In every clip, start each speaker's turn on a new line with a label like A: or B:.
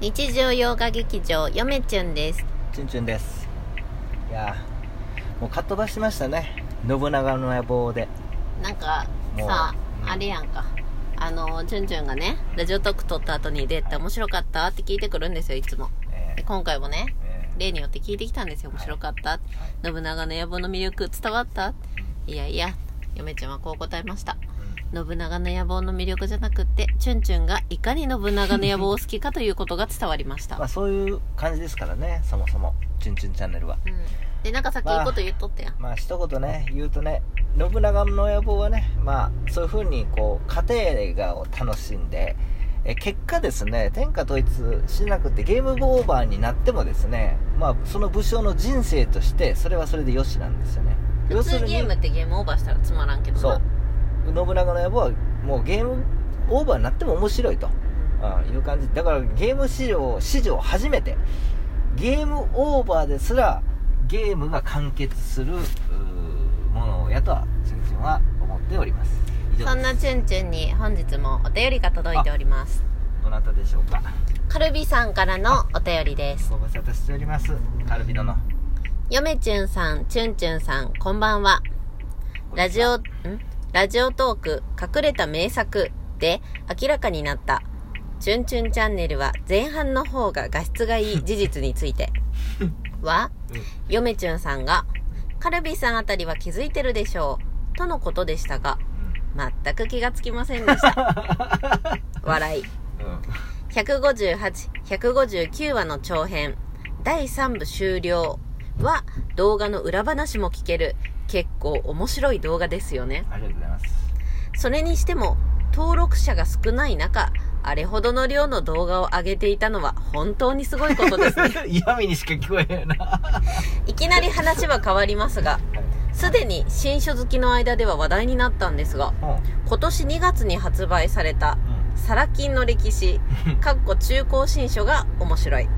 A: 日常洋画劇場よめちゅんです
B: チュンチュンですいやーもうかっ飛ばしましたね信長の野望で
A: なんか
B: もう
A: さ
B: うん
A: あれやんかあのじゅんじゅんがねラジオトーク撮った後に出て面白かったって聞いてくるんですよいつも
B: え
A: で
B: え
A: 今回もね
B: ええ
A: 例によって聞いてきたんですよ面白かった、
B: はい
A: 信長の野望の魅力伝わったいやいやよめちゅんはこう答えました信長の野望の魅力じゃなくってチュンチュンがいかに信長の野望を好きかということが伝わりました、
B: まあそういう感じですからねそもそもチュンチュンチャンネルは
A: うん、でなんかさっきいいこと言っとったやん、
B: まあ一言ね言うとね信長の野望はねまあそういうふうにこう家庭画を楽しんでえ結果ですね天下統一しなくてゲームオーバーになってもですねまあその武将の人生としてそれはそれで良しなんですよね
A: 普通ゲームってゲームオーバーしたらつまらんけどな
B: そう信長の野望はもうゲームオーバーになっても面白いと、うん、いう感じだからゲーム史上史上初めてゲームオーバーですらゲームが完結するうーものやとはチュンチュンは思っております以
A: そ
B: 上
A: ん
B: で
A: なチュンチュンに本日もお便りが届いております
B: すどなたでしょうか
A: カルビさんからのお便りです
B: ご無沙汰しておりますカルビ殿
A: ヨメチュンさんチュンチュンさんこんばんはラジオんラジオトーク隠れた名作で明らかになったチュンチュンチャンネルは前半の方が画質がいい事実につい てはヨメチュンさんがカルビさんあたりは気づいてるでしょうとのことでしたが全く気がつきませんでした 笑い
B: うん、うん
A: 158159話の長編第3部終了は動画の裏話も聞ける結構面白い動画ですよね
B: ありがとうございます
A: それにしても登録者が少ない中あれほどの量の動画を上げていたのは本当にすごいこと ですね
B: 嫌味にしか聞こえへんない
A: きなり話は変わりますがすでに新書好きの間では話題になったんですが
B: うんうん
A: 今年2月に発売されたサラ金の歴史かっこ中高新書が面白い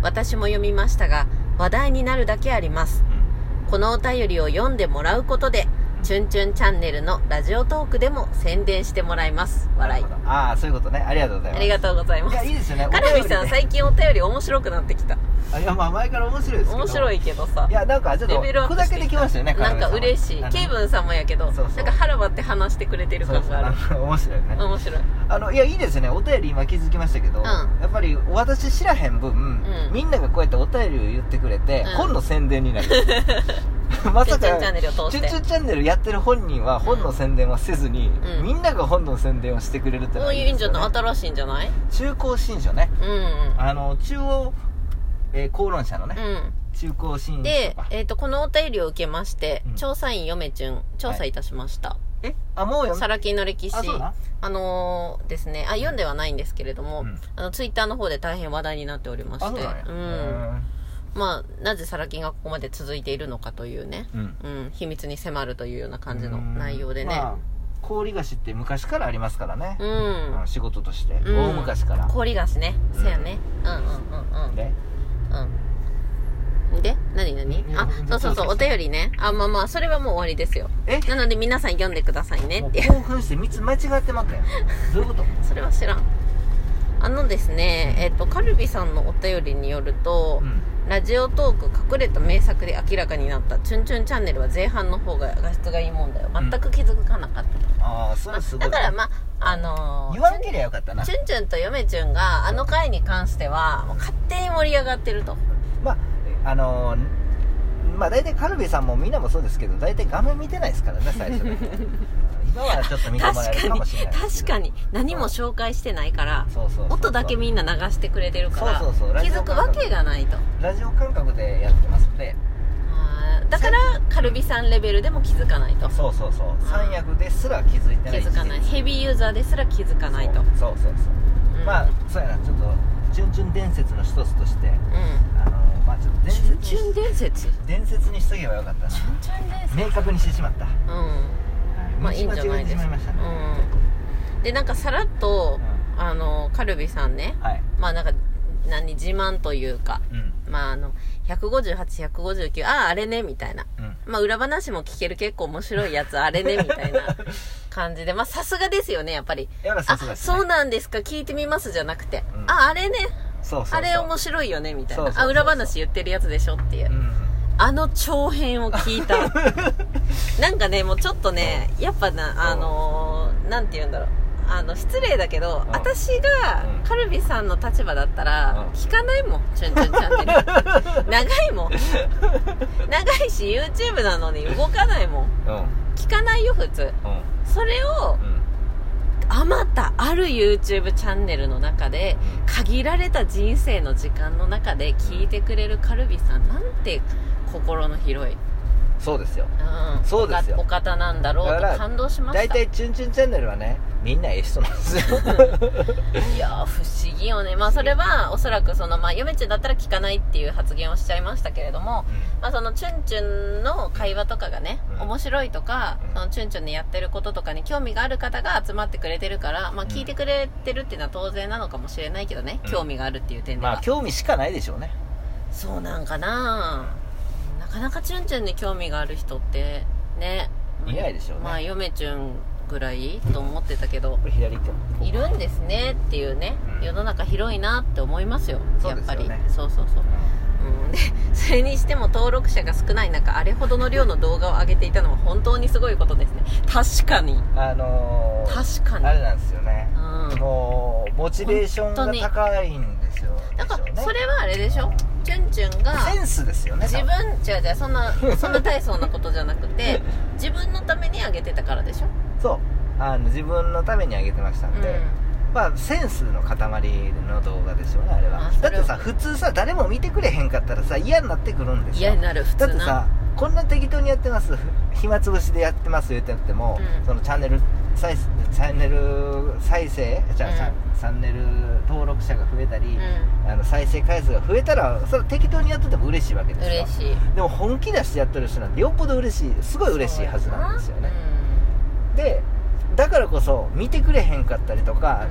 A: 私も読みましたが話題になるだけありますこのお便りを読んでもらうことで「チュンチュンチャンネル」のラジオトークでも宣伝してもらいます
B: うん
A: 笑い
B: なるほどああそういうことねありがとうござい
A: あ
B: ます
A: りがとうございま
B: いや
A: す
B: いいですよね
A: カルビさん
B: お便りね
A: 最近お便り面白くなってきた
B: あいやまあ前から面白いですけど
A: 面白いけどさ
B: いやなんかちょっと
A: レベルアップして
B: 砕けてきましたよね
A: なんか嬉しいケイブンさんもやけど
B: そうそう
A: なんか腹割って話してくれてる
B: そうそう
A: 感があ
B: なん
A: る
B: か面白いよね、
A: 面白い
B: あのいやいいですねお便り今気づきましたけど、
A: ん
B: やっぱり私知らへん分、
A: ん
B: みんながこうやってお便りを言ってくれて、
A: うん
B: 本の宣伝になる ま
A: チュ
B: さ
A: ンチュンチャ
B: か
A: ンネルを通
B: チ
A: し
B: ュ
A: て
B: ンチュンチャンネルやってる本人は本の宣伝はせずに、
A: うん
B: みんなが本の宣伝をしてくれるっての
A: も
B: は
A: う
B: い
A: い
B: い
A: い
B: で
A: ん
B: す
A: じゃ
B: よ、ね、
A: ない新しいんじゃない
B: 中高新書ね
A: うんうん
B: あの中央、えー、公論者のね、
A: うん
B: 中高新書
A: で
B: か、
A: えー、とこのお便りを受けまして、
B: うん
A: 調査員よめちゅん調査いたしました
B: えあもう
A: 「
B: 読ん
A: サラ金の歴史
B: あそうな」
A: あのーですねあ読んではないんですけれども、
B: うん
A: あのツイッターの方で大変話題になっておりま
B: あ
A: し
B: そう
A: て
B: だね
A: んまあなぜサラ金がここまで続いているのかというね、
B: うん
A: うん、秘密に迫るというような感じの内容でね、
B: まあ氷菓子って昔からありますからね
A: う、
B: うんん仕事として、
A: うん
B: 大昔から
A: 氷菓子ね、
B: うん
A: せやねうんうんうんうん
B: で
A: うんで何何
B: いや
A: あそうそうそうお便りねあまあまあそれはもう終わりですよ
B: え
A: なので皆さん読んでくださいね
B: も
A: っ
B: う
A: ていう
B: 興奮して3つ間違ってまったよどういうこと
A: それは知らんあのですねえっ、とカルビさんのお便りによると、
B: うん
A: ラジオトーク隠れた名作で明らかになった「チュンチュンチャンネル」は前半の方が画質がいいもんだよ全く気づかなかった、
B: ああそれすご
A: だ
B: い
A: からまああの
B: 言
A: ー
B: わんけりゃよかったな
A: チュンチュンとヨメチュンがあの回に関してはもう勝手に盛り上がってると
B: まああのーまあ大体カルビさんもみんなもそうですけど大体画面見てないですからね 最初ねうん今はちょっと見てもらえ
A: 確か
B: るか
A: に
B: もしれないです
A: 確
B: けど
A: かに何も紹介してないから
B: そうそうそうそう
A: 音だけみんな流してくれてるから
B: そうそうそうラ
A: 気
B: ジ
A: づ
B: オ
A: くわけがないと
B: ラジオ感覚でやってますんで
A: あーだからカルビさんレベルでも気づかないと
B: そうそうそう三役ですら気づいて
A: 気
B: ない
A: づかないヘビーユーザーですら気づかないと
B: そうそうそうそう
A: うん
B: まあそうやなちょっと準々伝説の一つとして
A: う
B: あのまあちょっと伝説
A: ん
B: に
A: チュンチュン伝説チュン
B: 伝説にしとけばよかったな
A: チュン伝説
B: 明確にしてしまった
A: うんまあいいんじゃないです
B: 間違えてしまい
A: か
B: ましたね、
A: うんでなんかさらっとあのカルビさんね
B: はい
A: まあなんか何自慢というか
B: うん
A: まああの158159あああれねみたいな
B: うん
A: まあ裏話も聞ける結構面白いやつあ れねみたいな感じでまあさすがですよねやっぱり
B: やらさすが
A: あ
B: ですね
A: そうなんですか聞いてみますじゃなくて、
B: うん
A: ああれね
B: そうそうそう
A: あれ面白いよねみたいな
B: そうそうそうそ
A: あ
B: う
A: 裏話言ってるやつでしょっていう、
B: うん
A: あの長編を聞い たなんかねもうちょっとねやっぱなあのーなんて言うんだろうあの失礼だけど
B: うん
A: 私が
B: うん
A: カルビさんの立場だったら
B: うん
A: 聞かないもん「チュンチュンチャンネル」 長いもん長いし YouTube なのに動かないもん
B: うん
A: 聞かないよ普通
B: うん
A: それを
B: うん
A: あまたある YouTube チャンネルの中で限られた人生の時間の中で聞いてくれるカルビさんなんて心の広い、
B: そうですよ
A: うん、
B: そうですよ
A: お方なんだろ
B: だ
A: う
B: か
A: と
B: ら
A: 感動しました
B: 大体「チュンチュンチャンネル」はねみんなええ人なんですよ
A: いやー不思議よねまあそれはおそらくそのまあ嫁ちゃんだったら聞かないっていう発言をしちゃいましたけれどもまあそのチュンチュンの会話とかがね、
B: うん
A: 面白いとか、
B: うん
A: そのチュンチュンでやってることとかに興味がある方が集まってくれてるから、まあ聞いてくれてるっていうのは当然なのかもしれないけどね、
B: うん
A: 興味があるっていう点では。
B: まあ興味しかないでしょうね
A: そうなんかななかなかチュンチュンに興味がある人ってね
B: いないでしょうね
A: まあ嫁チュンぐらいと思ってたけど
B: これ左行っても
A: いるんですねっていうね、
B: うん
A: 世の中広いなって思いますよ
B: そう
A: や
B: で
A: っ
B: す
A: ぱ
B: よ
A: り
B: ね
A: そうそうそう、うん、で それにしても登録者が少ない中あれほどの量の動画を上げていたのは本当にすごいことですね確かに
B: あのー、
A: 確かに
B: あれなんですよね
A: うん
B: もうモチベーションが高いんですよ
A: なんか
B: でしょうね
A: それはあれでしょチュンチュンが
B: センスですよね
A: 自分違う違うそん なそんな大層なことじゃなくて自分のためにあげてたからでしょ、
B: そうあの自分のためにあげてましたんで、まあセンスの塊の動画ですよねあれは、
A: あそ
B: だっ
A: れ
B: て
A: は
B: さ普通さ誰も見てくれへんかったらさ嫌になってくるんですよ
A: 嫌になる普通
B: だ
A: な
B: ってさこんな適当にやってます暇つぶしでやってます言ってなくても、
A: うん
B: そのチャンネル再チャンネル再生じゃあ、
A: うん
B: チャンチャンネル登録者が増えたり、
A: う
B: あの再生回数が増えたらそれは適当にやってても嬉しいわけで
A: ん
B: すよ
A: 嬉しい
B: でも本気出してやってる人なんてよっぽど嬉しいすごい嬉しいはずなんですよね、でだからこそ見てくれへんかったりと
A: そう
B: か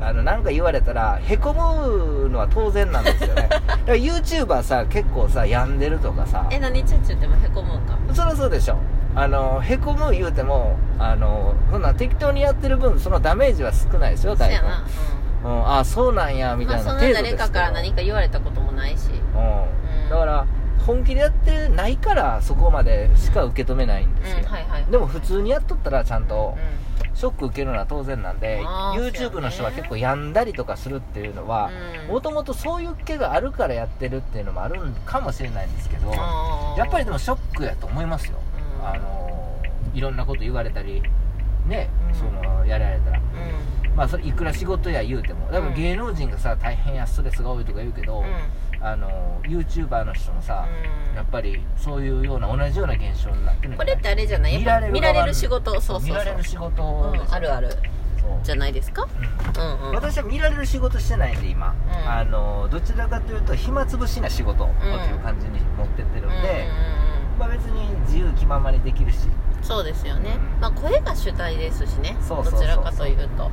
A: やな、
B: あのなんか言われたらへこむのは当然なんです よねだから YouTuber さ結構さ病んでるとかさ
A: うんえ何チュンチュンってもへこむんか
B: そりゃそうでしょあのへこむ言うてもあのそんな適当にやってる分そのダメージは少ないですよ
A: そ
B: 大
A: う
B: 体
A: やな、
B: うん、ああそうなんや
A: うん
B: み
A: ま
B: た
A: あ
B: いな
A: そん
B: 程度
A: な
B: ですけど、
A: 誰かから何か言われたこともないし
B: うん
A: うん
B: だから本気でやってないからそこまでしか受け止めないんですよ、
A: うんはいはい
B: でも普通にやっとったらちゃんと
A: う
B: ショック受けるのは当然なんで
A: あー
B: YouTube の人
A: そうや
B: が
A: ね
B: 結構病んだりとかするっていうのは
A: うん
B: もともとそういう気があるからやってるっていうのもあるんかもしれないんですけど
A: んあー
B: やっぱりでもショックやと思いますよ
A: うん
B: あのーいろんなこと言われたりね
A: うん
B: そのやられたら
A: う
B: まあそれいくら仕事や言うてもで
A: う
B: も
A: ん
B: 芸能人がさ大変やストレスが多いとか言うけど
A: んうん
B: あのー YouTuber の人もさ
A: うん
B: やっぱりそういうような同じような現象になってるんじ
A: こ
B: ゃな
A: れ
B: い
A: ってあれじゃないやっぱ見ら
B: 側
A: れる仕事そうそうそう
B: 見られる仕事
A: う
B: ですよ
A: ん、あるある
B: そう
A: じゃないですかうん
B: う
A: うんん
B: 私は見られる仕事してないんで今、
A: ん
B: あのどちらかというと暇つぶしな仕事っていう感じに持ってってるんで、
A: うん
B: まあ、別に自由気ままにできるし、
A: そうですよね、
B: うん
A: まあ声が主体ですしね
B: そうそうそうそ
A: ど
B: う
A: ちらかというと、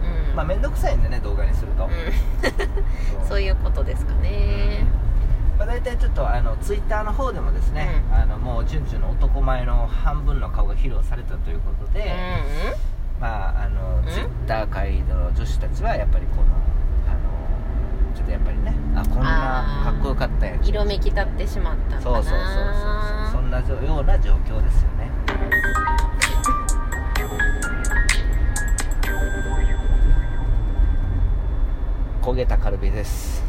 B: うん
A: うん
B: まあ面倒くさいんでね動画にすると、
A: うん、そう
B: う
A: いうことですかね、
B: まあ、大体ちょっとあのツイッターの方でもですね、
A: うん
B: あのもうチュンチュンの男前の半分の顔が披露されたということで、
A: う
B: まああの、
A: ん
B: ツイッター界の女子たちはやっぱりこのあのちょっとやっぱりねあこんなかっこよかったや
A: んうん
B: つ
A: 色めき立ってしまったのか
B: そうそうそうそう
A: な
B: そんなじょような状況ですよ ね焦げたカルビです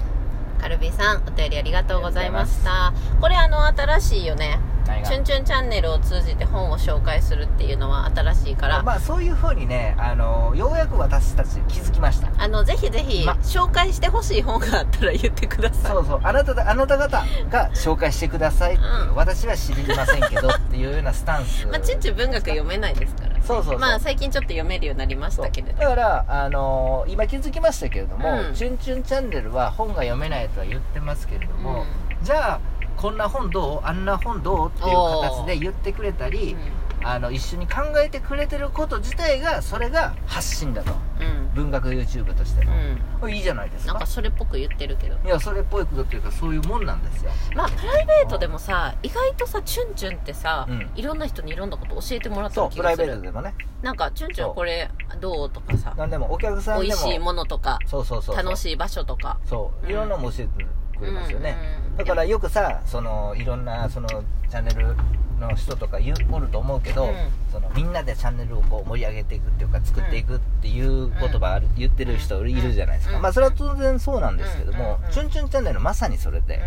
A: カルビさんお便りありがとうございましたこれあの新しいよね
B: 何
A: 「チュンチュンチャンネル」を通じて本を紹介するっていうのは新しいから、
B: まあそういうふうにねあのようやく私たち気づきました
A: あのぜひぜひ
B: ま
A: 紹介してほしい本があったら言ってください
B: そうそうあなただあなた方が紹介してくださいってい
A: う
B: う、
A: ん
B: 私は知りませんけどっていうようなスタンス
A: まあちゅんちゅん文学読めないですから
B: そうそうそう
A: まあ最近ちょっと読めるようになりまし
B: そう
A: たけれど
B: だから、あのー今気づきましたけれども「
A: うん
B: チュンチュンチャンネル」は本が読めないとは言ってますけれども、じゃあこんな本どうあんな本どうっていう形で言ってくれたり、あの一緒に考えてくれてること自体がそれが発信だと
A: うん
B: 文学 YouTube としての、
A: う
B: これいいじゃないです
A: んなん
B: か
A: かそれっぽく言ってるけど
B: いやそれっぽいことっていうかそういうもんなんですよ
A: まあプライベートでもさ意外とさチュンチュンってさ、
B: うん
A: いろんな人にいろんなこと教えてもらった
B: そう
A: 気
B: プラ
A: が
B: イ
A: す
B: ベート
A: る
B: でもね
A: なんかチュンチュンこれどうとかさ
B: 何でもお客さん
A: 美
B: で
A: 味
B: も
A: しいものとか
B: そうそうそうそう
A: 楽しい場所とか
B: そう
A: うん
B: いろんなのも教えてくれますよね、
A: うんうん
B: だからよくさそのいろんなそのチャンネルの人とか言うおると思うけど、
A: うん
B: そのみんなでチャンネルをこう盛り上げていくっていうか作っていくっていう言葉ある、言ってる人いるじゃないですか、
A: うん
B: まあそれは当然そうなんですけども
A: うん
B: 「チュンチュンチャンネル」まさにそれで、
A: う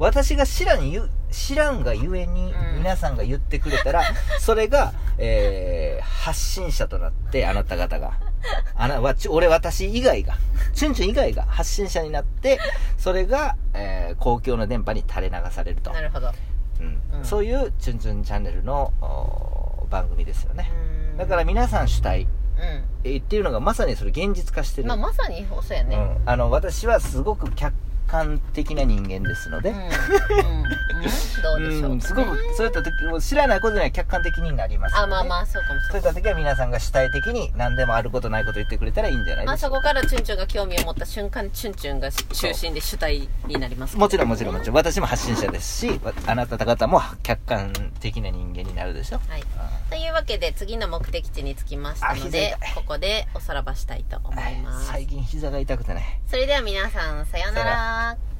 B: 私が知らんゆ知らんがゆえに
A: うん
B: 皆さんが言ってく れたら、それが、えー発信者となってあなた方があなわち俺私以外がチュンチュン以外が発信者になってそれが、えー公共の電波に垂れ流されると
A: ん、なるほど
B: うん
A: うん
B: そういう「チュンチュンチャンネルの」お番組ですよね、
A: うん
B: だから皆さん主体、
A: う
B: えーっていうのがまさにそれ現実化して
A: ん
B: る、
A: まあまさにそうや
B: う
A: ね
B: ん、あの私はすごく客観的な人間ですの
A: う
B: で、
A: ん、うんうんどうでしょうかね、
B: ん、すごくそういった時も知らないことには客観的になりますよ
A: あ
B: ね
A: まあまあそうかも
B: そう
A: そ
B: いうっ
A: か
B: た
A: も
B: 時は皆さんが主体的に何でもあることないこと言ってくれたらいいんじゃない
A: まあ
B: でしょ
A: そう
B: か、
A: こからチュンチュンが興味を持った瞬間チュンチュンが中心で主体になります
B: もちろんもちろんもちろん私も発信者ですしわあなた方も客観的な人間になるでしょ
A: はいというわけで次の目的地に着きまし
B: あ
A: たの
B: 膝痛い
A: でここでおさらばしたいと思
B: うん
A: います、
B: 最近膝が痛くてね
A: それでは皆さんさような
B: さよう
A: ら